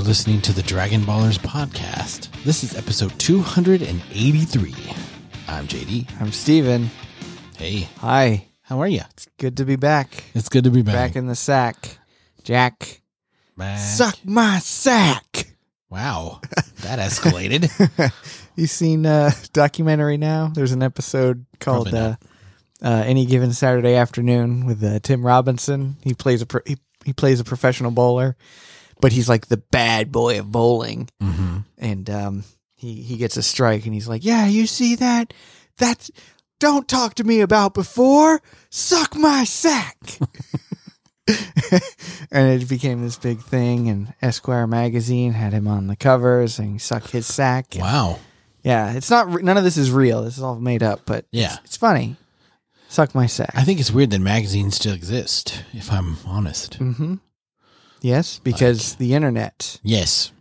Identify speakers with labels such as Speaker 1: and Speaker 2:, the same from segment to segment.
Speaker 1: listening to the Dragon Ballers podcast. This is episode 283. I'm JD.
Speaker 2: I'm Steven.
Speaker 1: Hey,
Speaker 2: Hi.
Speaker 1: how are you?
Speaker 2: It's good to be back.
Speaker 1: It's good to be back.
Speaker 2: Back in the sack. Jack.
Speaker 1: Back.
Speaker 2: Suck my sack.
Speaker 1: Wow, that escalated.
Speaker 2: you seen uh documentary now? There's an episode called
Speaker 1: Probably
Speaker 2: uh,
Speaker 1: not.
Speaker 2: uh Any Given Saturday Afternoon with uh, Tim Robinson. He plays a pro- he, he plays a professional bowler, but he's like the bad boy of bowling.
Speaker 1: mm-hmm.
Speaker 2: and um, he he gets a strike, and he's like, "Yeah, you see that? That's don't talk to me about before. Suck my sack." and it became this big thing, and Esquire magazine had him on the cover saying "suck his sack."
Speaker 1: Wow.
Speaker 2: Yeah, it's not re- none of this is real. This is all made up, but
Speaker 1: Yeah.
Speaker 2: it's funny. Suck my sack.
Speaker 1: I think it's weird that magazines still exist, if I'm honest.
Speaker 2: mm-hmm. Yes, because the internet.
Speaker 1: Yes.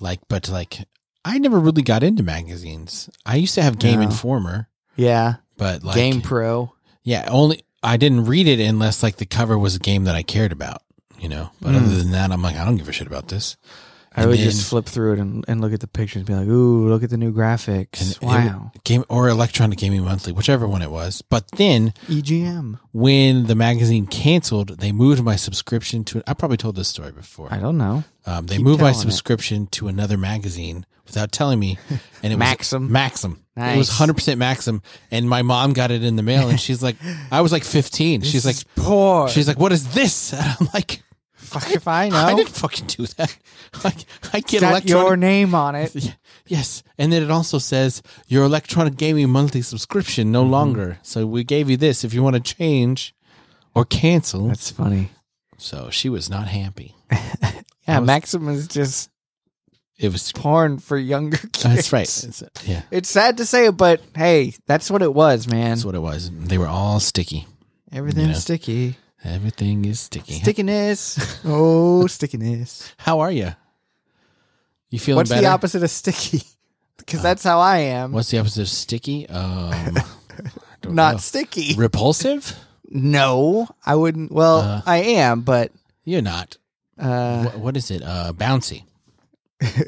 Speaker 1: Like, but like, I never really got into magazines. I used to have Game
Speaker 2: No.
Speaker 1: Informer,
Speaker 2: Yeah,
Speaker 1: but like,
Speaker 2: Game Pro.
Speaker 1: yeah, only I didn't read it unless like the cover was a game that I cared about, you know. But other than that, I'm like, I don't give a shit about this.
Speaker 2: Hmm. I
Speaker 1: And
Speaker 2: would
Speaker 1: then-
Speaker 2: just flip through it and, and look at the pictures and be like, ooh, look at the new graphics.
Speaker 1: and it-
Speaker 2: wow.
Speaker 1: game or Electronic Gaming Monthly, whichever one it was. But then
Speaker 2: EGM.
Speaker 1: when the magazine canceled, they moved my subscription to. I probably told this story before.
Speaker 2: I don't know.
Speaker 1: Um, they
Speaker 2: Keep
Speaker 1: moved my
Speaker 2: telling it.
Speaker 1: subscription to another magazine without telling me, and it was
Speaker 2: Maxim.
Speaker 1: Maxim. It was
Speaker 2: Nice.
Speaker 1: 100 percent Maxim, and my mom got it in the mail, and she's like, I was like 15. she's like,
Speaker 2: This is poor.
Speaker 1: she's like, what is this? And I'm like,
Speaker 2: Fuck if I know.
Speaker 1: I didn't fucking do that. Like, I get
Speaker 2: it's got your
Speaker 1: electronic.
Speaker 2: name on it.
Speaker 1: Yeah, Yes, and then it also says your electronic gaming monthly subscription
Speaker 2: Mm-hmm.
Speaker 1: no longer. So we gave you this if you want to change or cancel.
Speaker 2: That's funny.
Speaker 1: so she was not happy.
Speaker 2: Yeah,
Speaker 1: was-
Speaker 2: Maxim is just
Speaker 1: It was.
Speaker 2: porn for younger kids.
Speaker 1: That's right. It's- yeah.
Speaker 2: It's sad to say it, but hey, that's what it was, man.
Speaker 1: That's what it was. They were all sticky.
Speaker 2: Everything's
Speaker 1: you know.
Speaker 2: sticky.
Speaker 1: Everything is sticky.
Speaker 2: Stickiness. oh, stickiness.
Speaker 1: How are you? You feeling
Speaker 2: What's
Speaker 1: better? Uh,
Speaker 2: the opposite of sticky? Because that's how I am.
Speaker 1: What's the opposite of sticky? Um, I don't
Speaker 2: Not
Speaker 1: know.
Speaker 2: sticky.
Speaker 1: repulsive.
Speaker 2: No, I wouldn't. Well,
Speaker 1: Uh,
Speaker 2: I am, but
Speaker 1: You're not.
Speaker 2: uh,
Speaker 1: Wh- what is it? Uh, bouncy.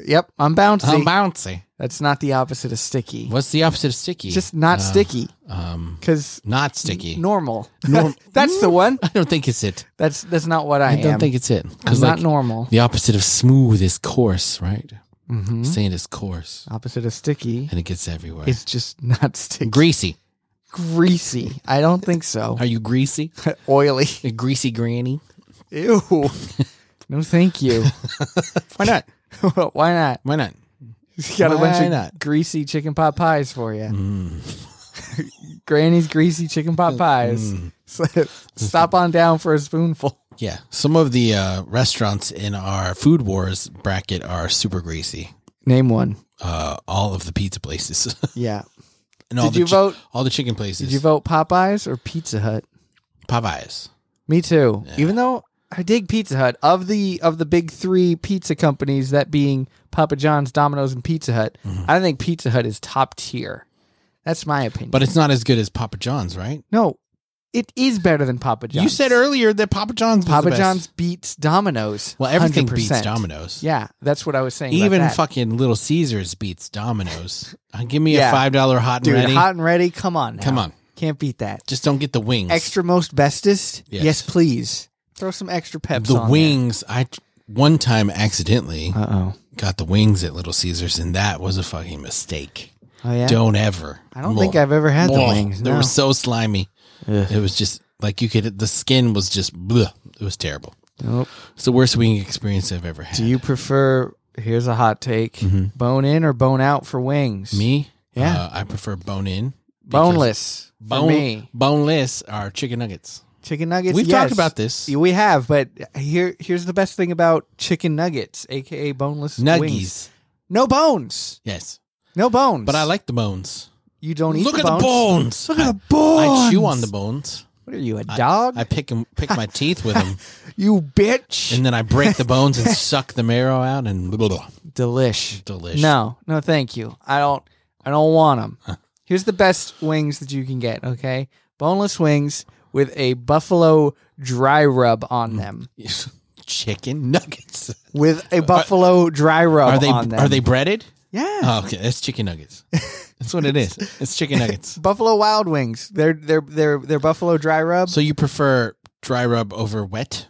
Speaker 2: yep, I'm bouncy.
Speaker 1: I'm bouncy.
Speaker 2: That's not the opposite of sticky.
Speaker 1: What's the opposite of sticky?
Speaker 2: Just not
Speaker 1: Uh,
Speaker 2: sticky
Speaker 1: Um,
Speaker 2: because
Speaker 1: not sticky.
Speaker 2: normal.
Speaker 1: Norm-
Speaker 2: that's the one.
Speaker 1: I don't think it's it.
Speaker 2: That's that's not what I,
Speaker 1: I don't
Speaker 2: am.
Speaker 1: think it's it.
Speaker 2: I'm
Speaker 1: Because like
Speaker 2: not normal.
Speaker 1: the opposite of smooth is coarse, right?
Speaker 2: hmm
Speaker 1: Sand is coarse,
Speaker 2: Opposite of sticky
Speaker 1: and it gets everywhere.
Speaker 2: is just not sticky.
Speaker 1: greasy.
Speaker 2: greasy. I don't think so.
Speaker 1: Are you greasy?
Speaker 2: Oily.
Speaker 1: A greasy granny?
Speaker 2: Ew. no, thank you.
Speaker 1: Why not?
Speaker 2: Why not?
Speaker 1: Why not?
Speaker 2: He's got a
Speaker 1: Why
Speaker 2: bunch of
Speaker 1: not?
Speaker 2: greasy chicken pot pies for you. Granny's greasy chicken pot pies. So, Stop on down for a spoonful.
Speaker 1: Yeah, some of the uh, restaurants in our food wars bracket are super greasy.
Speaker 2: Name one.
Speaker 1: Uh, all of the pizza places
Speaker 2: Yeah.
Speaker 1: and all
Speaker 2: Did
Speaker 1: the
Speaker 2: you vote-
Speaker 1: all the chicken places.
Speaker 2: Did you vote Popeyes or Pizza Hut?
Speaker 1: Popeyes?
Speaker 2: Me too.
Speaker 1: Yeah.
Speaker 2: Even though I dig Pizza Hut of the of the big three pizza companies, that being Papa John's, Domino's, and Pizza Hut. I don't think Pizza Hut is top tier. That's my opinion.
Speaker 1: But it's not as good as Papa John's, right?
Speaker 2: no, it is better than Papa John's.
Speaker 1: You said earlier that Papa John's was the
Speaker 2: Papa
Speaker 1: best.
Speaker 2: John's beats Domino's.
Speaker 1: Well, everything
Speaker 2: 100%.
Speaker 1: beats Domino's.
Speaker 2: Yeah, that's what I was saying. about
Speaker 1: Even
Speaker 2: that.
Speaker 1: fucking Little Caesars beats Domino's. Uh, give me a
Speaker 2: Yeah.
Speaker 1: five dollar hot and
Speaker 2: dude,
Speaker 1: ready.
Speaker 2: hot and ready. Come on, now.
Speaker 1: Come on,
Speaker 2: can't beat that.
Speaker 1: just don't get the wings.
Speaker 2: Extra most bestest.
Speaker 1: Yes.
Speaker 2: Yes, please. Throw some extra peps.
Speaker 1: the wings. I one time accidentally
Speaker 2: Uh oh.
Speaker 1: got the wings at Little Caesars, and that was a fucking make.
Speaker 2: Oh yeah.
Speaker 1: Don't ever.
Speaker 2: I don't
Speaker 1: Mwah.
Speaker 2: think I've ever had the
Speaker 1: Mwah.
Speaker 2: wings.
Speaker 1: They
Speaker 2: no.
Speaker 1: were so slimy.
Speaker 2: Ugh.
Speaker 1: It was just like you could. The skin was just. Bleh. It was terrible.
Speaker 2: Nope.
Speaker 1: It's the worst wing experience I've ever had.
Speaker 2: Do you prefer? Here's a hot take: bone in or bone out for wings?
Speaker 1: Mm-hmm. Me?
Speaker 2: Yeah.
Speaker 1: Uh, I prefer bone in. because
Speaker 2: boneless. for
Speaker 1: Bone,
Speaker 2: me,
Speaker 1: Boneless are chicken nuggets.
Speaker 2: chicken nuggets.
Speaker 1: We've
Speaker 2: yes.
Speaker 1: talked about this.
Speaker 2: We have, but here, here's the best thing about chicken nuggets, aka boneless
Speaker 1: Nuggies.
Speaker 2: wings. No bones.
Speaker 1: Yes.
Speaker 2: No bones.
Speaker 1: But I like the bones.
Speaker 2: You don't eat.
Speaker 1: Look
Speaker 2: the
Speaker 1: at
Speaker 2: bones.
Speaker 1: the bones. Look
Speaker 2: the bones.
Speaker 1: I chew on the bones.
Speaker 2: What are you, a dog?
Speaker 1: I pick 'em- pick my teeth with them,
Speaker 2: you bitch.
Speaker 1: and then I break the bones and suck the marrow out, and blah, blah, blah.
Speaker 2: Delish.
Speaker 1: delish.
Speaker 2: No, no, thank you. I don't. I don't want them. Here's the best wings that you can get. Okay,
Speaker 1: Mm.
Speaker 2: boneless wings with a buffalo dry rub on them.
Speaker 1: chicken nuggets.
Speaker 2: with a buffalo dry rub
Speaker 1: Uh, Are they
Speaker 2: on them.
Speaker 1: are they breaded?
Speaker 2: Yeah.
Speaker 1: Oh, okay, that's chicken nuggets. That's what it is. It's chicken nuggets.
Speaker 2: Buffalo Wild Wings. They're they're they're they're buffalo dry rub.
Speaker 1: So you prefer dry rub over wet?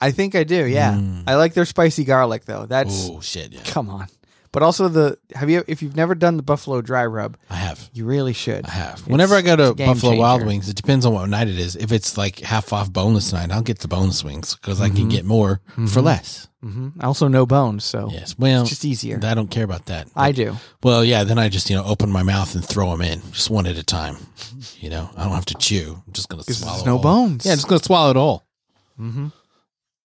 Speaker 2: I think I do. Yeah.
Speaker 1: Mm.
Speaker 2: I like their spicy garlic though. That's
Speaker 1: Oh shit! Yeah,
Speaker 2: come on. But also the have you if you've never done the buffalo dry rub,
Speaker 1: I have.
Speaker 2: you really should.
Speaker 1: I have. Whenever I go
Speaker 2: it's
Speaker 1: to
Speaker 2: a game
Speaker 1: Buffalo Wild
Speaker 2: changer.
Speaker 1: Wings, it depends on what night it is. If it's like half off boneless night, I'll get the boneless wings because I can
Speaker 2: Mhm.
Speaker 1: get more for
Speaker 2: Mhm.
Speaker 1: less.
Speaker 2: hmm Also no bones, so
Speaker 1: Mm-hmm. Yes. Well,
Speaker 2: it's just easier.
Speaker 1: I don't care about that.
Speaker 2: I do.
Speaker 1: Well, yeah. Then I just you know open my mouth and throw them in just one at a time. You know, I don't have to chew. I'm just gonna
Speaker 2: Because
Speaker 1: swallow.
Speaker 2: there's
Speaker 1: it
Speaker 2: no
Speaker 1: all.
Speaker 2: bones.
Speaker 1: Yeah, I'm just gonna swallow it all.
Speaker 2: hmm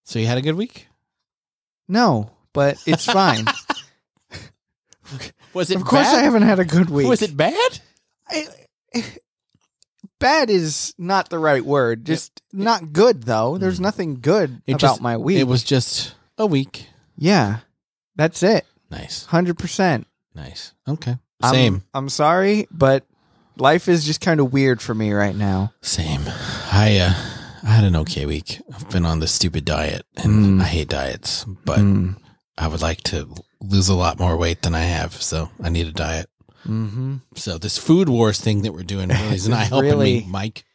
Speaker 1: So you had a good week.
Speaker 2: No, but it's fine.
Speaker 1: Was
Speaker 2: of course I haven't had a good week.
Speaker 1: Was it bad?
Speaker 2: I, bad is not the right word. Just not good though. There's
Speaker 1: Mm.
Speaker 2: nothing good
Speaker 1: It
Speaker 2: about
Speaker 1: just-
Speaker 2: my week.
Speaker 1: It was just a week.
Speaker 2: yeah. That's it.
Speaker 1: Nice,
Speaker 2: Hundred percent.
Speaker 1: nice. Okay,
Speaker 2: I'm-
Speaker 1: same,
Speaker 2: I'm sorry, but life is just kind of weird for me right now.
Speaker 1: same. I uh, I had an okay week. I've been on this stupid diet, and
Speaker 2: Mm.
Speaker 1: I hate diets, but
Speaker 2: Mm.
Speaker 1: I would like to lose a lot more weight than I have, so I need a diet.
Speaker 2: hmm
Speaker 1: So this food wars thing that we're doing really is
Speaker 2: This
Speaker 1: not
Speaker 2: is
Speaker 1: helping
Speaker 2: really-
Speaker 1: me, Mike.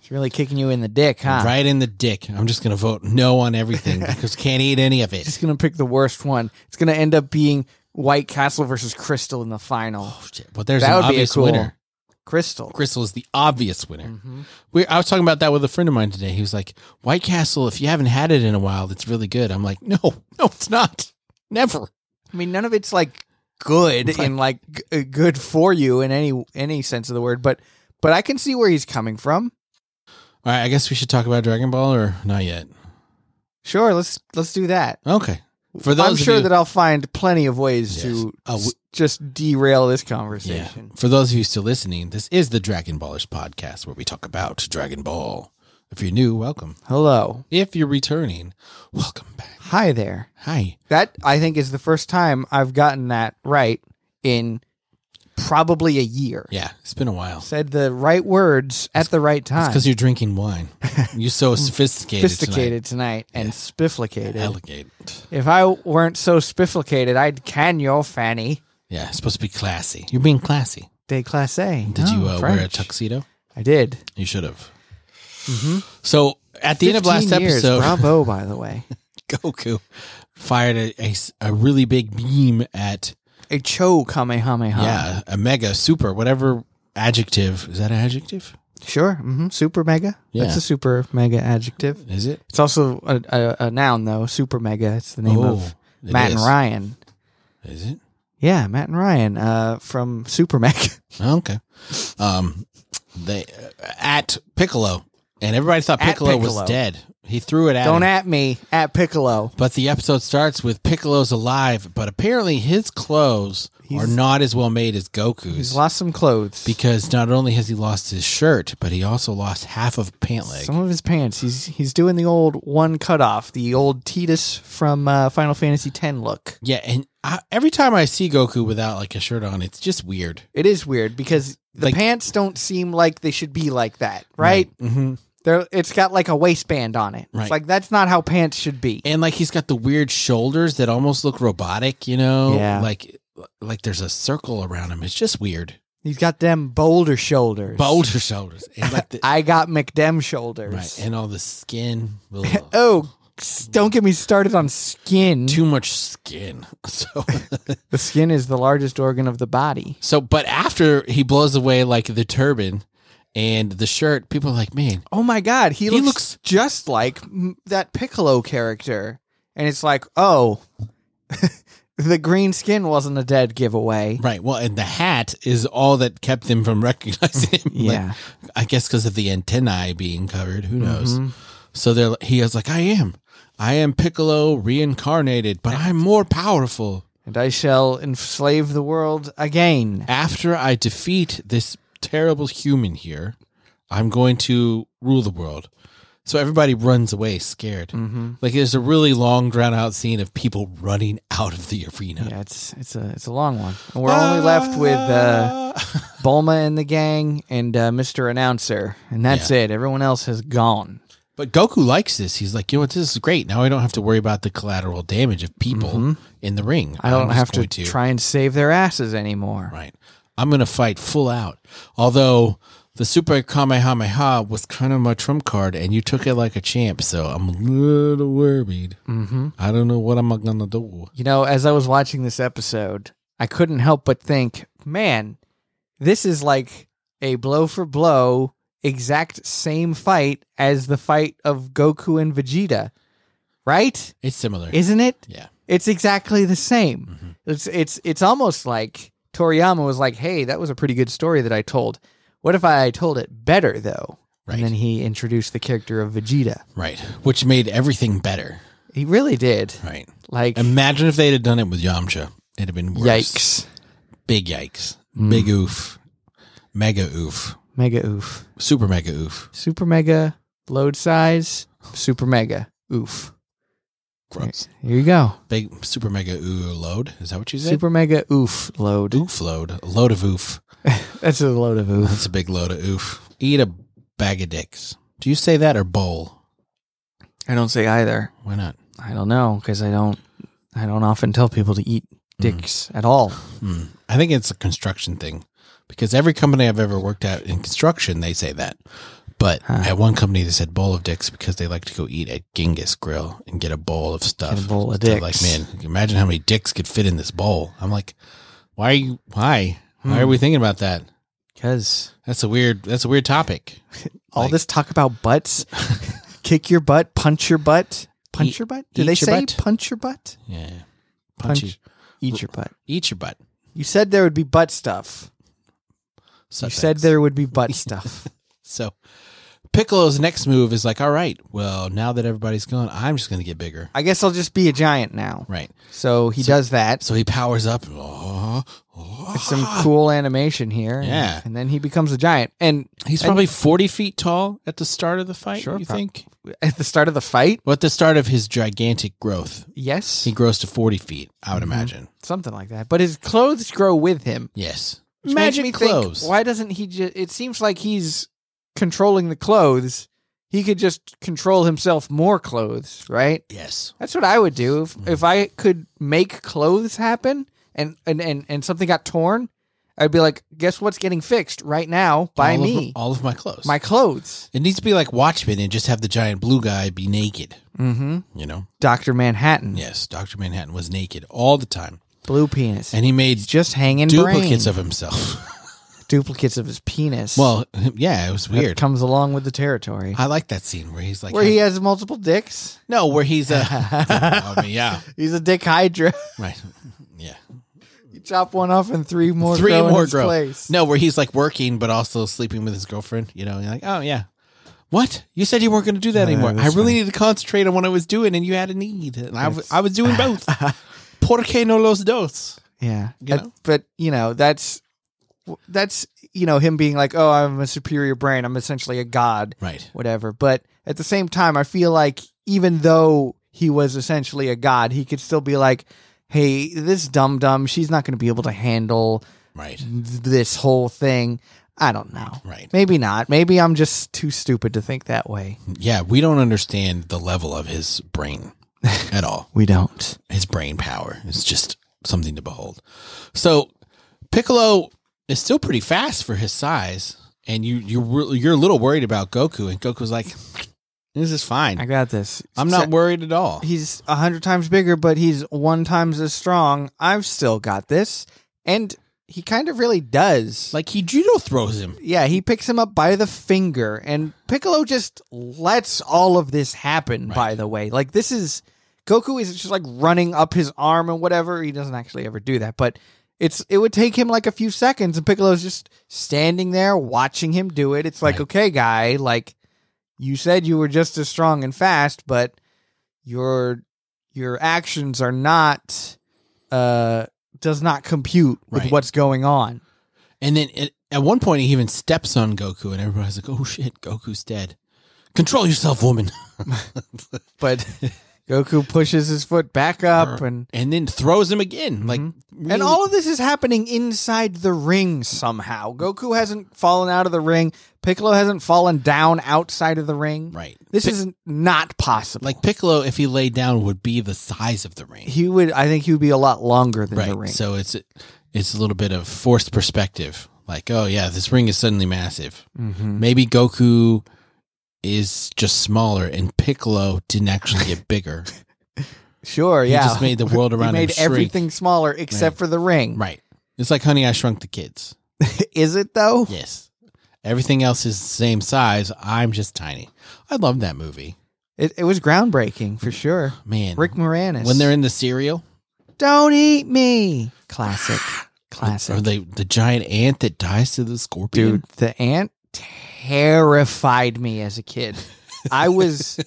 Speaker 2: It's really kicking you in the dick, huh?
Speaker 1: Right in the dick. I'm just gonna vote no on everything because can't eat any of it.
Speaker 2: Just gonna pick the worst one. It's gonna end up being White Castle versus Crystal in the final.
Speaker 1: Oh, shit. But there's
Speaker 2: That
Speaker 1: an
Speaker 2: would be a
Speaker 1: obvious
Speaker 2: cool-
Speaker 1: winner.
Speaker 2: Crystal.
Speaker 1: Crystal is the obvious winner.
Speaker 2: Mhm.
Speaker 1: We, I was talking about that with a friend of mine today. He was like, White Castle, if you haven't had it in a while, it's really good. I'm like, no, no, it's not. Never.
Speaker 2: I mean, none of it's like good
Speaker 1: Right.
Speaker 2: in like g- uh, good for you in any any sense of the word, but but I can see where he's coming from.
Speaker 1: All right, I guess we should talk about Dragon Ball or not yet.
Speaker 2: Sure, let's let's do that.
Speaker 1: Okay. For those
Speaker 2: I'm
Speaker 1: of
Speaker 2: sure
Speaker 1: you,
Speaker 2: that I'll find plenty of ways
Speaker 1: Yes.
Speaker 2: to
Speaker 1: Oh, we-
Speaker 2: s- just derail this
Speaker 1: yeah,
Speaker 2: conversation.
Speaker 1: for those of you still listening, this is the Dragon Ballers podcast where we talk about Dragon Ball. If you're new, welcome.
Speaker 2: Hello.
Speaker 1: If you're returning, welcome back.
Speaker 2: Hi there.
Speaker 1: Hi.
Speaker 2: That I think is the first time I've gotten that right in probably a year.
Speaker 1: Yeah, it's been a while.
Speaker 2: Said the right words at the right time.
Speaker 1: Because you're drinking wine. You're so sophisticated.
Speaker 2: sophisticated tonight, and spifflicated.
Speaker 1: Tonight. Elegant.
Speaker 2: If I weren't so spifflicated, I'd can your fanny.
Speaker 1: Yeah, it's supposed to be classy. You're being classy.
Speaker 2: De classe.
Speaker 1: Did you uh, wear a
Speaker 2: tux?
Speaker 1: tuxedo?
Speaker 2: I did.
Speaker 1: You should have. So at the end of
Speaker 2: 15
Speaker 1: last
Speaker 2: Mm-hmm. years,
Speaker 1: episode,
Speaker 2: Bravo, by the way.
Speaker 1: Goku fired a, a s- a really big beam at
Speaker 2: A cho kamehameha.
Speaker 1: yeah a mega super whatever adjective is that an adjective?
Speaker 2: Sure. hmm Super mega.
Speaker 1: Yeah.
Speaker 2: That's a super mega adjective.
Speaker 1: Is it?
Speaker 2: It's also a, a, a noun, though. Super mega. It's the name of
Speaker 1: Oh, it
Speaker 2: Matt and
Speaker 1: is.
Speaker 2: Ryan.
Speaker 1: Is it?
Speaker 2: Yeah, Matt and Ryan uh, from Super Mega.
Speaker 1: Oh, okay. Um, they uh, at Piccolo and everybody thought
Speaker 2: At
Speaker 1: Piccolo,
Speaker 2: Piccolo.
Speaker 1: was dead. He threw it at
Speaker 2: Don't
Speaker 1: him.
Speaker 2: at me, at Piccolo.
Speaker 1: But the episode starts with Piccolo's alive, but apparently his clothes
Speaker 2: He's-
Speaker 1: are not as well made as Goku's.
Speaker 2: He's lost some clothes.
Speaker 1: because not only has he lost his shirt, but he also lost half of a pant leg.
Speaker 2: some of his pants. He's he's doing the old one cutoff, the old Titus from uh, Final Fantasy X look.
Speaker 1: yeah, and I, every time I see Goku without like a shirt on, it's just weird,
Speaker 2: It is weird because the
Speaker 1: Like-
Speaker 2: pants don't seem like they should be like that, right?
Speaker 1: Mm-hmm.
Speaker 2: They're, it's got like a waistband on it.
Speaker 1: Right.
Speaker 2: It's like that's not how pants should be.
Speaker 1: And like he's got the weird shoulders that almost look robotic, you know,
Speaker 2: Yeah.
Speaker 1: like like there's a circle around him. It's just weird.
Speaker 2: He's got them boulder shoulders.
Speaker 1: Boulder shoulders, and like the,
Speaker 2: I got McDem shoulders.
Speaker 1: right, and all the skin. Ugh.
Speaker 2: oh, s- don't get me started on skin.
Speaker 1: Too much skin. So,
Speaker 2: The skin is the largest organ of the body.
Speaker 1: so, but after he blows away like the turban and the shirt, people are like, "Man,
Speaker 2: Oh my god, he, looks,
Speaker 1: looks-
Speaker 2: just like mm, that Piccolo character. And it's like, "Oh, the green skin wasn't a dead giveaway."
Speaker 1: Right. Well, and the hat is all that kept them from recognizing him. Like,
Speaker 2: Yeah.
Speaker 1: I guess because of the antennae being covered. Who knows?
Speaker 2: Mhm.
Speaker 1: So they're, he is like, I am. I am Piccolo reincarnated, but I'm more powerful.
Speaker 2: And I shall enslave the world again.
Speaker 1: After I defeat this terrible human here, I'm going to rule the world. So everybody runs away scared.
Speaker 2: Mhm.
Speaker 1: Like there's a really long, drawn out scene of people running out of the arena.
Speaker 2: Yeah, it's it's a it's a long one. And we're only left with uh, Bulma and the gang and uh, Mr. Announcer, and that's it. Everyone else has gone.
Speaker 1: But Goku likes this. He's like, you know what? This is great. Now I don't have to worry about the collateral damage of people in the ring.
Speaker 2: Mm-hmm. I don't have to,
Speaker 1: going
Speaker 2: try and save their asses anymore.
Speaker 1: Right. I'm going to fight full out. Although the Super Kamehameha was kind of my trump card, and you took it like a champ. So I'm a little worried. Mm-hmm. I don't know what I'm going to do.
Speaker 2: You know, as I was watching this episode, I couldn't help but think, man, this is like a blow for blow, exact same fight as the fight of Goku and Vegeta, right?
Speaker 1: It's similar.
Speaker 2: Isn't it?
Speaker 1: yeah. Mm-hmm.
Speaker 2: It's exactly the same. It's it's it's almost like Toriyama was like, "Hey, that was a pretty good story that I told. What if I told it better though?"
Speaker 1: Right.
Speaker 2: And then he introduced the character of Vegeta.
Speaker 1: Right. Which made everything better.
Speaker 2: He really did.
Speaker 1: Right.
Speaker 2: Like
Speaker 1: Imagine if they'd have done it with Yamcha. It'd have been worse.
Speaker 2: yikes. Mm.
Speaker 1: Big yikes. Big oof. Mega oof.
Speaker 2: Mega oof.
Speaker 1: Super mega oof.
Speaker 2: Super mega load size, super mega oof.
Speaker 1: Gross.
Speaker 2: Here you go.
Speaker 1: Big super mega ooh load. Is that what you said?
Speaker 2: Super mega oof load.
Speaker 1: oof load. A load of oof.
Speaker 2: That's a load of oof.
Speaker 1: That's a big load of oof. Eat a bag of dicks. Do you say that or bowl?
Speaker 2: I don't say either.
Speaker 1: Why not?
Speaker 2: I don't know cuz I don't I don't often tell people to eat dicks at all.
Speaker 1: Hmm. I think it's a construction thing because every company I've ever worked at in construction, they say that. But
Speaker 2: Huh.
Speaker 1: at one company, they said bowl of dicks because they like to go eat at Genghis Grill and get a bowl of stuff.
Speaker 2: Get a bowl of
Speaker 1: They're Like,
Speaker 2: dicks.
Speaker 1: man, imagine how many dicks could fit in this bowl. I'm like, why? Are you, why? Why are
Speaker 2: Hmm.
Speaker 1: we thinking about that?
Speaker 2: Cuz
Speaker 1: That's a weird. That's a weird topic.
Speaker 2: all
Speaker 1: Like-
Speaker 2: this talk about butts, kick your butt, punch your butt, punch
Speaker 1: Eat-
Speaker 2: your butt. Did
Speaker 1: eat
Speaker 2: they
Speaker 1: your
Speaker 2: say
Speaker 1: butt?
Speaker 2: punch your butt?
Speaker 1: Yeah. Punch, your-
Speaker 2: Eat your butt.
Speaker 1: Eat your butt.
Speaker 2: You said there would be butt stuff. You
Speaker 1: Suck
Speaker 2: said
Speaker 1: dicks.
Speaker 2: there would be butt stuff.
Speaker 1: So Piccolo's next move is like, all right, well, now that everybody's gone, I'm just going to get bigger.
Speaker 2: I guess I'll just be a giant now.
Speaker 1: Right.
Speaker 2: So he does that.
Speaker 1: So he powers up. Oh, oh.
Speaker 2: It's some cool animation here. and-
Speaker 1: Yeah.
Speaker 2: And then he becomes a giant. And
Speaker 1: He's probably 40 feet tall at the start of the fight,
Speaker 2: Sure,
Speaker 1: you
Speaker 2: prob-
Speaker 1: think?
Speaker 2: at the start of the fight,
Speaker 1: Well, at the start of his gigantic growth,
Speaker 2: yes,
Speaker 1: he grows to 40 feet, I
Speaker 2: Mm-hmm.
Speaker 1: would imagine.
Speaker 2: something like that. But his clothes grow with him.
Speaker 1: Yes.
Speaker 2: Which
Speaker 1: Magic
Speaker 2: makes me
Speaker 1: clothes.
Speaker 2: Think, why doesn't he just it seems like he's controlling the clothes. He could just control himself more clothes, right?
Speaker 1: Yes.
Speaker 2: That's what I would do if,
Speaker 1: Hmm.
Speaker 2: if I could make clothes happen and, and, and, and something got torn. I'd be like, guess what's getting fixed right now by
Speaker 1: all
Speaker 2: me?
Speaker 1: Of, all of my clothes.
Speaker 2: my clothes.
Speaker 1: it needs to be like Watchmen and just have the giant blue guy be naked,
Speaker 2: Mm-hmm.
Speaker 1: you know?
Speaker 2: Doctor Manhattan,
Speaker 1: Yes. Dr. Manhattan was naked all the time.
Speaker 2: blue penis,
Speaker 1: And he made
Speaker 2: just hanging
Speaker 1: duplicates
Speaker 2: brain.
Speaker 1: of himself.
Speaker 2: duplicates of his penis.
Speaker 1: well, yeah, it was
Speaker 2: that
Speaker 1: weird.
Speaker 2: comes along with the territory.
Speaker 1: I like that scene where he's like,
Speaker 2: Where he has multiple dicks.
Speaker 1: no, where he's a, I mean, yeah,
Speaker 2: He's a dick hydra.
Speaker 1: right, yeah,
Speaker 2: you chop one off and three more.
Speaker 1: three
Speaker 2: grow in
Speaker 1: more
Speaker 2: its
Speaker 1: grow.
Speaker 2: Place.
Speaker 1: No, where he's like working but also sleeping with his girlfriend. You know, and you're like, oh yeah, what you said you weren't going to do that
Speaker 2: Yeah,
Speaker 1: anymore. I
Speaker 2: that's
Speaker 1: really needed to concentrate on what I was doing, and you had a need, and I was
Speaker 2: That's-
Speaker 1: I was doing both. Por que no los dos?
Speaker 2: Yeah.
Speaker 1: You
Speaker 2: That-
Speaker 1: know?
Speaker 2: But you know that's that's you know him being like, oh, I'm a superior brain. I'm essentially a god,
Speaker 1: Right,
Speaker 2: whatever. But at the same time, I feel like even though he was essentially a god, he could still be like. Hey, this dumb dumb, she's not going to be able to handle
Speaker 1: right,
Speaker 2: this whole thing. I don't know.
Speaker 1: right.
Speaker 2: Maybe not. Maybe I'm just too stupid to think that way.
Speaker 1: Yeah, we don't understand the level of his brain at all.
Speaker 2: We don't.
Speaker 1: his brain power. It's just something to behold. So Piccolo is still pretty fast for his size, and you you were- you're a little worried about Goku, and Goku's like, "This is
Speaker 2: I
Speaker 1: fine.
Speaker 2: got this.
Speaker 1: I'm not worried at all."
Speaker 2: He's a hundred times bigger, but he's one times as strong. I've still got this, and he kind of really does.
Speaker 1: Like he judo throws him.
Speaker 2: yeah, he picks him up by the finger, and Piccolo just lets all of this happen. By the way, like this is Goku is just like running up his arm and whatever. He doesn't actually ever do that, but it's it would take him like a few seconds, and Piccolo's just standing there watching him do it. It's like,
Speaker 1: Right.
Speaker 2: okay, guy, like you said, you were just as strong and fast, but your your actions are not uh does not compute with
Speaker 1: Right.
Speaker 2: what's going on.
Speaker 1: And then at, at one point, he even steps on Goku, and everybody's like, "Oh shit, Goku's dead." Control yourself, woman.
Speaker 2: But Goku pushes his foot back up, and Mhm.
Speaker 1: and then throws him again. Like
Speaker 2: and all of this is happening inside the ring somehow. Goku hasn't fallen out of the ring. Piccolo hasn't fallen down outside of the ring.
Speaker 1: right.
Speaker 2: This is not possible.
Speaker 1: Like Piccolo, if he lay down, would be the size of the ring.
Speaker 2: he would, I think he would be a lot longer than the
Speaker 1: Right.
Speaker 2: ring.
Speaker 1: So it's it's a little bit of forced perspective. Like, oh yeah, this ring is suddenly massive.
Speaker 2: Mhm.
Speaker 1: Maybe Goku is just smaller, and Piccolo didn't actually get bigger.
Speaker 2: Sure,
Speaker 1: He
Speaker 2: yeah.
Speaker 1: just made the world
Speaker 2: He
Speaker 1: around
Speaker 2: made
Speaker 1: him shrink.
Speaker 2: everything smaller except for the ring.
Speaker 1: Right. It's like Honey, I Shrunk the Kids.
Speaker 2: Is it though?
Speaker 1: Yes. Everything else is the same size. I'm just tiny. I love that movie.
Speaker 2: It, it was groundbreaking for sure.
Speaker 1: Man.
Speaker 2: Rick Moranis.
Speaker 1: when they're in the cereal
Speaker 2: Don't eat me. Classic.
Speaker 1: or
Speaker 2: Classic.
Speaker 1: they, the giant ant that dies to the scorpion.
Speaker 2: Dude, the ant terrified me as a kid. I was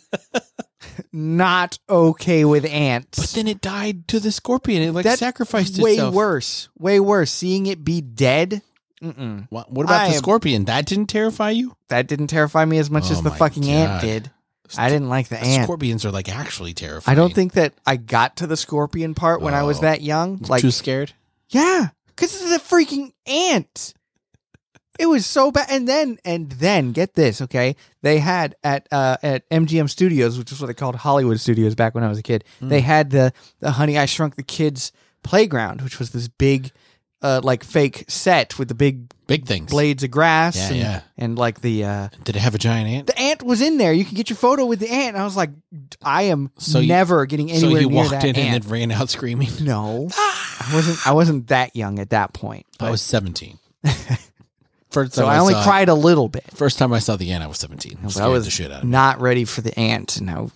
Speaker 2: not okay with ants.
Speaker 1: But then it died to the scorpion. It like
Speaker 2: That
Speaker 1: sacrificed
Speaker 2: way
Speaker 1: itself.
Speaker 2: worse. Way worse. Seeing it be dead. Mm-mm.
Speaker 1: What, what about
Speaker 2: I
Speaker 1: the
Speaker 2: am-
Speaker 1: scorpion? That didn't terrify you?
Speaker 2: That didn't terrify me as much
Speaker 1: Oh
Speaker 2: as the
Speaker 1: my
Speaker 2: fucking
Speaker 1: God.
Speaker 2: ant did. I didn't like the ant.
Speaker 1: Scorpions are like actually terrifying.
Speaker 2: I don't think that I got to the scorpion part when I was
Speaker 1: Oh.
Speaker 2: that young.
Speaker 1: You're
Speaker 2: Like,
Speaker 1: too scared.
Speaker 2: yeah, because it's a freaking ant. It was so bad. And then, and then, get this, okay? They had at uh, at MGM Studios, which is what they called Hollywood Studios back when I was a kid.
Speaker 1: Mm.
Speaker 2: They had the the Honey I Shrunk the Kids playground, which was this big, uh, like fake set with the big
Speaker 1: Big things.
Speaker 2: blades of grass
Speaker 1: Yeah,
Speaker 2: and,
Speaker 1: yeah.
Speaker 2: and like the uh,
Speaker 1: Did it have a giant ant?
Speaker 2: the ant was in there. You can get your photo with the ant. And I was like, I am
Speaker 1: So you-
Speaker 2: never getting anywhere
Speaker 1: so you
Speaker 2: near
Speaker 1: walked
Speaker 2: that
Speaker 1: in
Speaker 2: ant.
Speaker 1: and then ran out screaming.
Speaker 2: No, I wasn't. I wasn't that young at that point.
Speaker 1: I was 17. First
Speaker 2: so
Speaker 1: time
Speaker 2: I only
Speaker 1: saw it-
Speaker 2: cried a little bit.
Speaker 1: First time I saw the ant, I was 17. It
Speaker 2: But
Speaker 1: scared
Speaker 2: I was
Speaker 1: the shit out of me.
Speaker 2: not ready for the ant. No,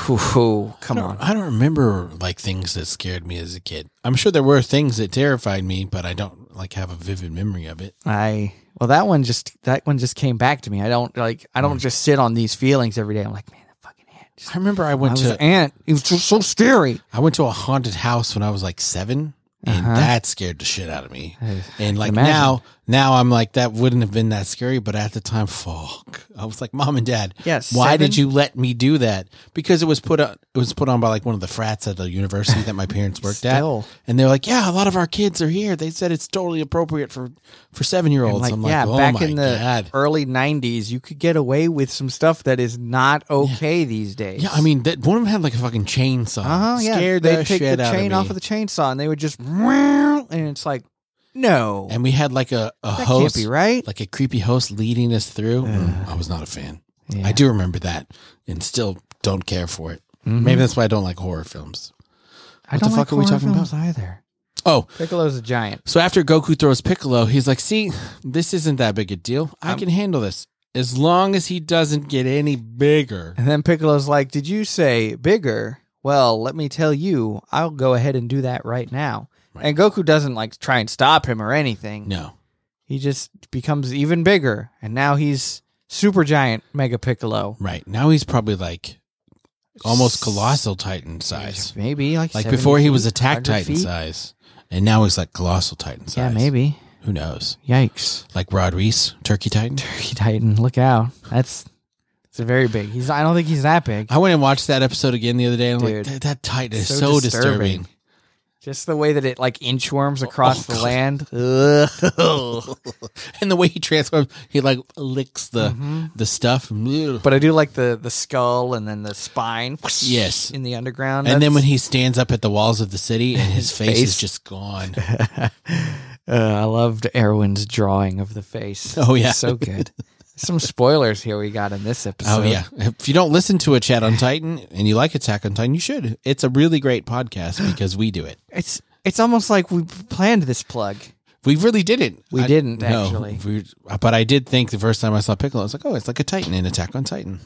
Speaker 2: come
Speaker 1: I don't-
Speaker 2: on.
Speaker 1: I don't remember like things that scared me as a kid. I'm sure there were things that terrified me, but I don't like have a vivid memory of it.
Speaker 2: I well, that one just that one just came back to me. I don't like. I
Speaker 1: Hmm.
Speaker 2: don't just sit on these feelings every day. I'm like, man, that fucking ant. Just,
Speaker 1: I remember I
Speaker 2: I
Speaker 1: went
Speaker 2: was
Speaker 1: to
Speaker 2: an ant. It was just so scary.
Speaker 1: I went to a haunted house when I was like 7 and
Speaker 2: Uh-huh.
Speaker 1: that scared the shit out of me. And like
Speaker 2: imagine.
Speaker 1: now now I'm like that wouldn't have been that scary, but at the time fuck. I was like mom and dad,
Speaker 2: Yes.
Speaker 1: why did you let me do that? Because it was put on it was put on by like one of the frats at the university that my parents worked at.
Speaker 2: Still.
Speaker 1: And they're like, yeah, a lot of our kids are here. They said it's totally appropriate for for seven year olds.
Speaker 2: Like,
Speaker 1: I'm
Speaker 2: yeah,
Speaker 1: like, oh
Speaker 2: back
Speaker 1: my
Speaker 2: in the
Speaker 1: god.
Speaker 2: early '90s, you could get away with some stuff that is not okay these days.
Speaker 1: Yeah, I mean, that one of them had like a fucking chainsaw.
Speaker 2: Uh huh. Yeah.
Speaker 1: Scared
Speaker 2: They'd
Speaker 1: the
Speaker 2: take
Speaker 1: shit
Speaker 2: the
Speaker 1: out
Speaker 2: chain
Speaker 1: of me.
Speaker 2: off of the chainsaw and they would just, and it's like, no,
Speaker 1: and we had like a, a
Speaker 2: that
Speaker 1: host,
Speaker 2: can't be right.
Speaker 1: like a creepy host leading us through. Mm, I was not a fan.
Speaker 2: Yeah.
Speaker 1: I do remember that, and still don't care for it.
Speaker 2: Mm-hmm.
Speaker 1: Maybe that's why I don't like horror films.
Speaker 2: I
Speaker 1: what the
Speaker 2: don't
Speaker 1: fuck
Speaker 2: like
Speaker 1: are we
Speaker 2: horror
Speaker 1: talking
Speaker 2: films Either
Speaker 1: Oh,
Speaker 2: Piccolo's a giant.
Speaker 1: so after Goku throws Piccolo, he's like, "See, this isn't that big a deal. I can handle this as long as he doesn't get any bigger."
Speaker 2: And then Piccolo's like, "Did you say bigger? Well, let me tell you, I'll go ahead and do that right now."
Speaker 1: Right.
Speaker 2: And Goku doesn't like try and stop him or anything.
Speaker 1: No,
Speaker 2: He just becomes even bigger, and now he's super giant Mega Piccolo,
Speaker 1: right now he's probably like almost colossal Titan size,
Speaker 2: maybe like
Speaker 1: like
Speaker 2: 70
Speaker 1: before he was
Speaker 2: feet,
Speaker 1: Attack
Speaker 2: 100
Speaker 1: Titan
Speaker 2: feet.
Speaker 1: size, and now he's like colossal Titan
Speaker 2: Yeah,
Speaker 1: size.
Speaker 2: maybe.
Speaker 1: Who knows?
Speaker 2: Yikes.
Speaker 1: Like Rod Reese, Turkey Titan.
Speaker 2: Turkey Titan, look out. That's it's a very big. He's I don't think he's that big.
Speaker 1: I went and watched that episode again the other day, and I'm like,
Speaker 2: Dude.
Speaker 1: that, that Titan is so, disturbing.
Speaker 2: Just the way that it like inchworms across
Speaker 1: Oh,
Speaker 2: the
Speaker 1: God.
Speaker 2: land. Ugh.
Speaker 1: and the way he transforms, he like licks the
Speaker 2: Mm-hmm.
Speaker 1: the stuff. Ugh.
Speaker 2: but I do like the the skull and then the spine.
Speaker 1: Yes.
Speaker 2: in the underground.
Speaker 1: and then when
Speaker 2: That's-
Speaker 1: he stands up at the walls of the city, and his face, is
Speaker 2: face.
Speaker 1: just gone.
Speaker 2: uh, I loved Erwin's drawing of the face.
Speaker 1: Oh, yeah.
Speaker 2: so good. Some spoilers here we got in this episode.
Speaker 1: Oh yeah! If you don't listen to a chat on Titan and you like Attack on Titan, you should. It's a really great podcast because we do it.
Speaker 2: it's it's almost like we planned this plug.
Speaker 1: We really did it.
Speaker 2: We
Speaker 1: I-
Speaker 2: didn't,
Speaker 1: no,
Speaker 2: actually.
Speaker 1: we- but I did think the first time I saw Piccolo, I was like, oh, it's like a Titan in Attack on Titan.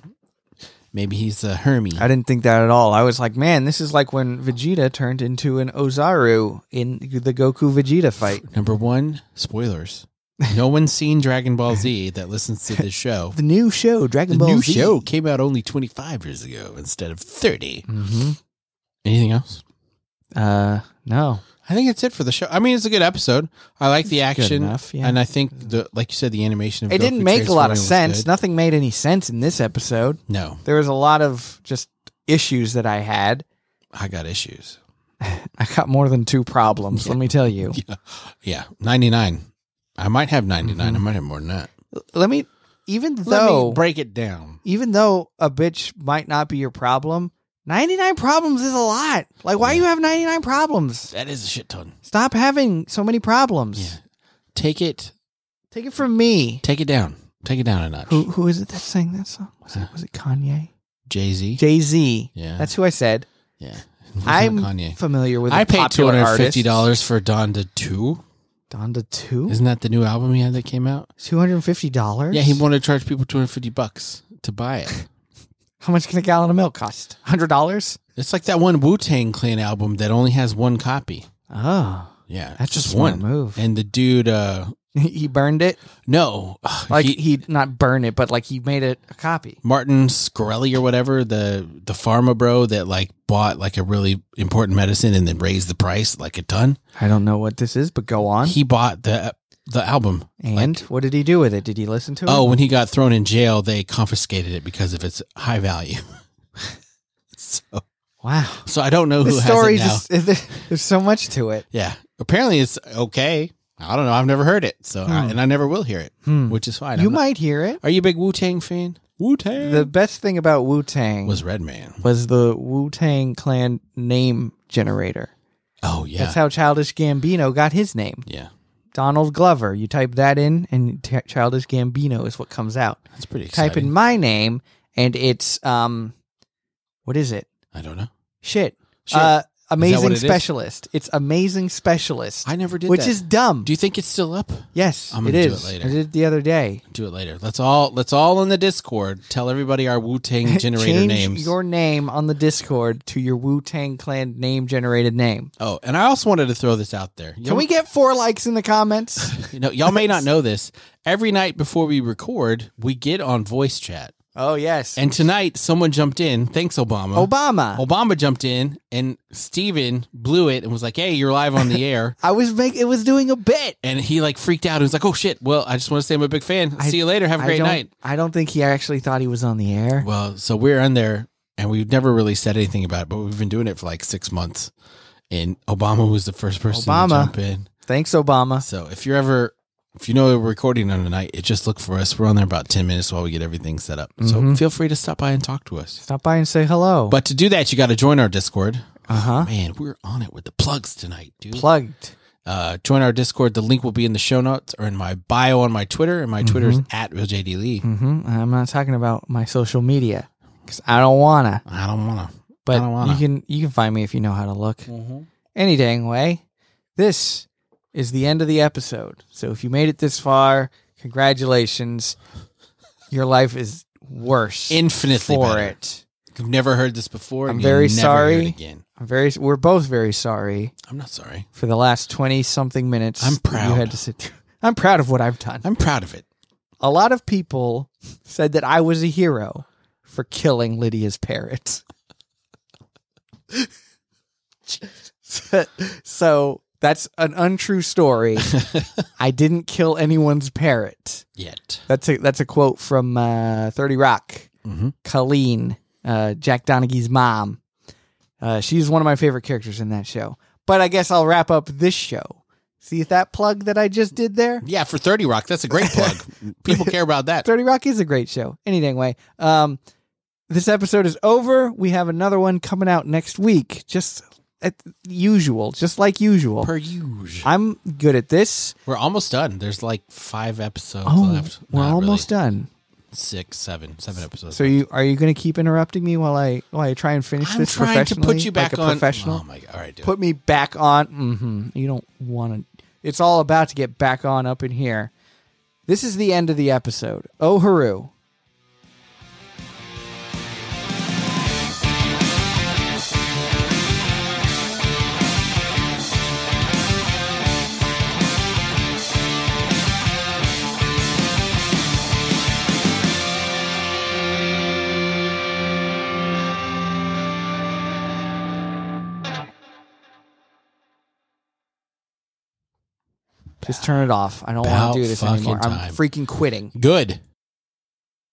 Speaker 1: Maybe he's a Hermes.
Speaker 2: I didn't think that at all. I was like, man, this is like when Vegeta turned into an Ozaru in the Goku Vegeta fight.
Speaker 1: Number one, spoilers. No one's seen Dragon Ball Z that listens to this show.
Speaker 2: The new show, Dragon
Speaker 1: The
Speaker 2: Ball
Speaker 1: new
Speaker 2: Z.
Speaker 1: show came out only 25 years ago instead of 30.
Speaker 2: hmm
Speaker 1: Anything else?
Speaker 2: Uh, no.
Speaker 1: I think that's it for the show. I mean, it's a good episode. I like the action,
Speaker 2: enough, yeah.
Speaker 1: and I think the like you said, the animation. Of
Speaker 2: It
Speaker 1: Goku
Speaker 2: didn't make a lot
Speaker 1: transforming
Speaker 2: of
Speaker 1: was
Speaker 2: sense.
Speaker 1: good.
Speaker 2: Nothing made any sense in this episode.
Speaker 1: No,
Speaker 2: There was a lot of just issues that I had.
Speaker 1: I got issues.
Speaker 2: I got more than two problems, let me tell you.
Speaker 1: Yeah, 99. I might have 99. I might have more than that.
Speaker 2: Let me even
Speaker 1: Let
Speaker 2: though
Speaker 1: me break it down.
Speaker 2: even though a bitch might not be your problem, 99 problems is a lot. Like why you have 99 problems?
Speaker 1: That is a shit ton.
Speaker 2: Stop having so many problems.
Speaker 1: Yeah. Take it,
Speaker 2: Take it from me.
Speaker 1: take it down. Take it down a notch.
Speaker 2: Who who is it that sang that song? Was it was it Kanye?
Speaker 1: Jay Z.
Speaker 2: Jay-Z.
Speaker 1: Yeah.
Speaker 2: That's who I said.
Speaker 1: yeah. Who's not
Speaker 2: I'm
Speaker 1: Kanye.
Speaker 2: familiar with
Speaker 1: I
Speaker 2: the
Speaker 1: paid two
Speaker 2: popular
Speaker 1: hundred fifty
Speaker 2: artists.
Speaker 1: dollars for Donda Two.
Speaker 2: Donda 2?
Speaker 1: Isn't that the new album he had that came out?
Speaker 2: $250?
Speaker 1: Yeah, he wanted to charge people two hundred fifty bucks to buy it.
Speaker 2: How much can a gallon of milk cost? $100?
Speaker 1: it's like that one Wu Tang Clan album that only has one copy.
Speaker 2: Oh.
Speaker 1: Yeah,
Speaker 2: That's a
Speaker 1: just
Speaker 2: smart
Speaker 1: one
Speaker 2: move.
Speaker 1: And the dude, uh
Speaker 2: he burned it?
Speaker 1: no,
Speaker 2: Like he,
Speaker 1: he-
Speaker 2: not burn it, but like he made it a copy.
Speaker 1: Martin Scarelli or whatever the the pharma bro that like bought like a really important medicine and then raised the price like a ton.
Speaker 2: I don't know what this is, but go on.
Speaker 1: He bought the the album.
Speaker 2: and what did he do with it? Did he listen to it?
Speaker 1: Oh, when he got thrown in jail, they confiscated it because of its high value. so,
Speaker 2: wow.
Speaker 1: so I don't know who
Speaker 2: This
Speaker 1: has
Speaker 2: story
Speaker 1: it now.
Speaker 2: just, there- there's so much to it.
Speaker 1: Yeah. Apparently it's okay. I don't know. I've never heard it. So I,
Speaker 2: Hmm.
Speaker 1: and I never will hear it,
Speaker 2: Hmm.
Speaker 1: which is fine.
Speaker 2: You
Speaker 1: I'm not-
Speaker 2: might hear it.
Speaker 1: are you a big Wu Tang fan? Wu Tang
Speaker 2: The best thing about Wu Tang was,
Speaker 1: was Redman.
Speaker 2: the Wu Tang Clan name generator.
Speaker 1: Oh yeah.
Speaker 2: That's how Childish Gambino got his name.
Speaker 1: yeah.
Speaker 2: Donald Glover. You type that in, and t- Childish Gambino is what comes out.
Speaker 1: That's pretty exciting.
Speaker 2: Type in my name, and it's um, what is it?
Speaker 1: I don't know.
Speaker 2: Shit.
Speaker 1: Shit.
Speaker 2: Uh,
Speaker 1: what
Speaker 2: amazing
Speaker 1: it is?
Speaker 2: specialist. It's amazing specialist,
Speaker 1: I never did
Speaker 2: which
Speaker 1: that.
Speaker 2: is dumb.
Speaker 1: Do you think it's still up?
Speaker 2: yes,
Speaker 1: I'm
Speaker 2: it
Speaker 1: gonna do
Speaker 2: is.
Speaker 1: it later.
Speaker 2: I did it the other day.
Speaker 1: Do it later. Let's all let's all in the Discord tell everybody our Wu Tang generator
Speaker 2: Change
Speaker 1: names.
Speaker 2: your name on the Discord to your Wu Tang Clan name generated name.
Speaker 1: oh, and I also wanted to throw this out there.
Speaker 2: Can we get four likes in the comments?
Speaker 1: You know, y'all may not know this. Every night before we record, we get on voice chat.
Speaker 2: oh yes,
Speaker 1: And tonight, someone jumped in. Thanks, Obama.
Speaker 2: Obama.
Speaker 1: Obama jumped in, and Steven blew it and was like, "Hey, you're live on the air."
Speaker 2: I was make it was doing a bit.
Speaker 1: And he like freaked out. He was like, "Oh shit! Well, I just want to say I'm a big fan. See you later. Have a
Speaker 2: I
Speaker 1: great
Speaker 2: don't-
Speaker 1: night."
Speaker 2: I don't think he actually thought he was on the air.
Speaker 1: Well, so we're in there, and we've never really said anything about it, but we've been doing it for like six months. And Obama was the first person
Speaker 2: Obama.
Speaker 1: to jump in.
Speaker 2: Thanks, Obama.
Speaker 1: So if you're ever, if you know we're recording on tonight, it just look for us. We're on there about ten minutes while we get everything set up.
Speaker 2: Mm-hmm.
Speaker 1: So feel free to stop by and talk to us.
Speaker 2: Stop by and say hello.
Speaker 1: But to do that, you got to join our Discord.
Speaker 2: uh huh.
Speaker 1: Man, we're on it with the plugs tonight, dude.
Speaker 2: Plugged.
Speaker 1: uh, join our Discord. The link will be in the show notes or in my bio on my Twitter. And my Twitter's
Speaker 2: Mm-hmm.
Speaker 1: at real JD Lee.
Speaker 2: hmm I'm not talking about my social media because I don't wanna.
Speaker 1: I don't wanna.
Speaker 2: But
Speaker 1: I don't wanna. Mm-hmm.
Speaker 2: you can you can find me if you know how to look. Any dang way. This is the end of the episode. So if you made it this far, congratulations. Your life is worse
Speaker 1: Infinitely
Speaker 2: for
Speaker 1: better.
Speaker 2: it.
Speaker 1: You've never heard this before.
Speaker 2: I'm
Speaker 1: You'll
Speaker 2: very
Speaker 1: never hear
Speaker 2: sorry.
Speaker 1: it again,
Speaker 2: I'm very we're both very sorry
Speaker 1: I'm not sorry.
Speaker 2: for the last twenty something minutes.
Speaker 1: I'm
Speaker 2: that You
Speaker 1: proud.
Speaker 2: had to sit through. I'm proud of what I've done.
Speaker 1: I'm proud of it.
Speaker 2: a lot of people said that I was a hero for killing Lydia's parrot. so that's an untrue story. I didn't kill anyone's parrot.
Speaker 1: Yet.
Speaker 2: That's a that's a quote from uh, Thirty Rock.
Speaker 1: Mhm.
Speaker 2: Colleen, uh, Jack Donaghy's mom. Uh, she's one of my favorite characters in that show. But I guess I'll wrap up this show. See that plug that I just did there.
Speaker 1: Yeah, for 30 Rock, that's a great plug. People care about that.
Speaker 2: 30 Rock is a great show. Any dang way. Um, this episode is over. We have another one coming out next week, just at usual, just like usual.
Speaker 1: Per usual.
Speaker 2: I'm good at this.
Speaker 1: We're almost done. There's like five episodes
Speaker 2: Oh,
Speaker 1: left.
Speaker 2: we're
Speaker 1: Not really.
Speaker 2: almost done.
Speaker 1: Six, seven, seven episodes.
Speaker 2: So you are you going to keep interrupting me while I while I try and finish
Speaker 1: I'm
Speaker 2: this
Speaker 1: trying to
Speaker 2: professionally,
Speaker 1: put you back
Speaker 2: like a
Speaker 1: on.
Speaker 2: professional?
Speaker 1: Oh my god! All right, do it.
Speaker 2: Put me back on. hmm You don't want to. It's all about to get back on up in here. This is the end of the episode. Oh, hooroo. Just turn it off. I don't want
Speaker 1: About
Speaker 2: to do this
Speaker 1: fucking
Speaker 2: anymore.
Speaker 1: time.
Speaker 2: I'm freaking quitting.
Speaker 1: Good.